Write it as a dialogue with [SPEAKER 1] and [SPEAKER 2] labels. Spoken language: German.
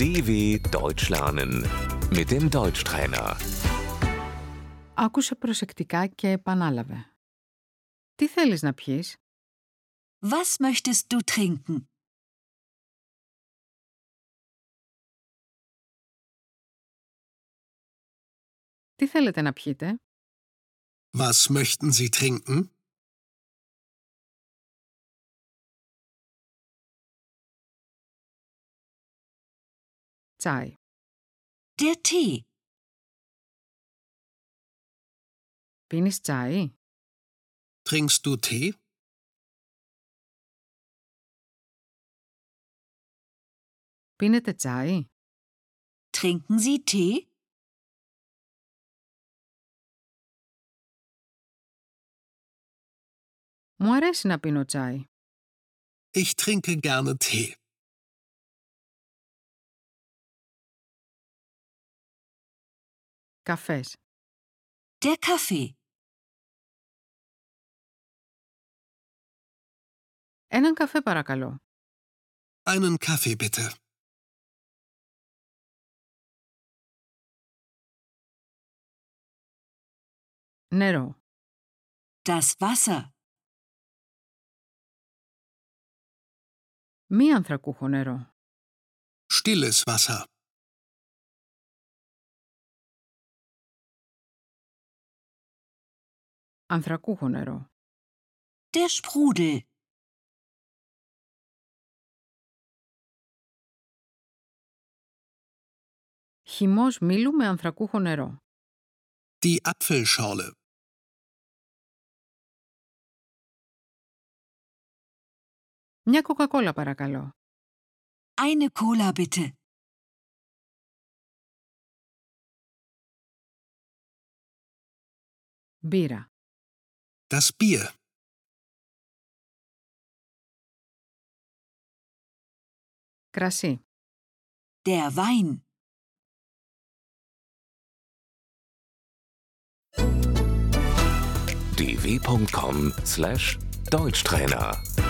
[SPEAKER 1] DW Deutsch lernen mit dem Deutschtrainer.
[SPEAKER 2] Άκουσε προσεκτικά και επανάλαβε. Τι θέλεις να πιείς?
[SPEAKER 3] Was möchtest du trinken?
[SPEAKER 2] Τι θέλετε να πιείτε?
[SPEAKER 4] Was möchten Sie trinken?
[SPEAKER 2] Τσάι.
[SPEAKER 3] Der Tee.
[SPEAKER 2] Πίνεις τσάι?
[SPEAKER 4] Trinkst du Tee?
[SPEAKER 2] Πίνετε τσάι?
[SPEAKER 3] Trinken Sie Tee?
[SPEAKER 2] Μου αρέσει να πίνω τσάι.
[SPEAKER 4] Ich trinke gerne Tee.
[SPEAKER 2] Καφές.
[SPEAKER 3] Der Kaffee.
[SPEAKER 2] Έναν καφέ παρακαλώ.
[SPEAKER 4] Einen Kaffee bitte.
[SPEAKER 2] Νερό.
[SPEAKER 3] Das Wasser.
[SPEAKER 2] Μη ανθρακούχο νερό.
[SPEAKER 4] Stilles Wasser.
[SPEAKER 2] Ανθρακούχο νερό.
[SPEAKER 3] Der Sprudel.
[SPEAKER 2] Χυμός μήλου με ανθρακούχο νερό.
[SPEAKER 4] Die Apfelschorle.
[SPEAKER 2] Μια κοκακόλα παρακαλώ.
[SPEAKER 3] Eine Cola bitte.
[SPEAKER 2] Μπύρα.
[SPEAKER 4] Das Bier.
[SPEAKER 2] Κρασί.
[SPEAKER 3] Der Wein.
[SPEAKER 1] dw.com/deutschtrainer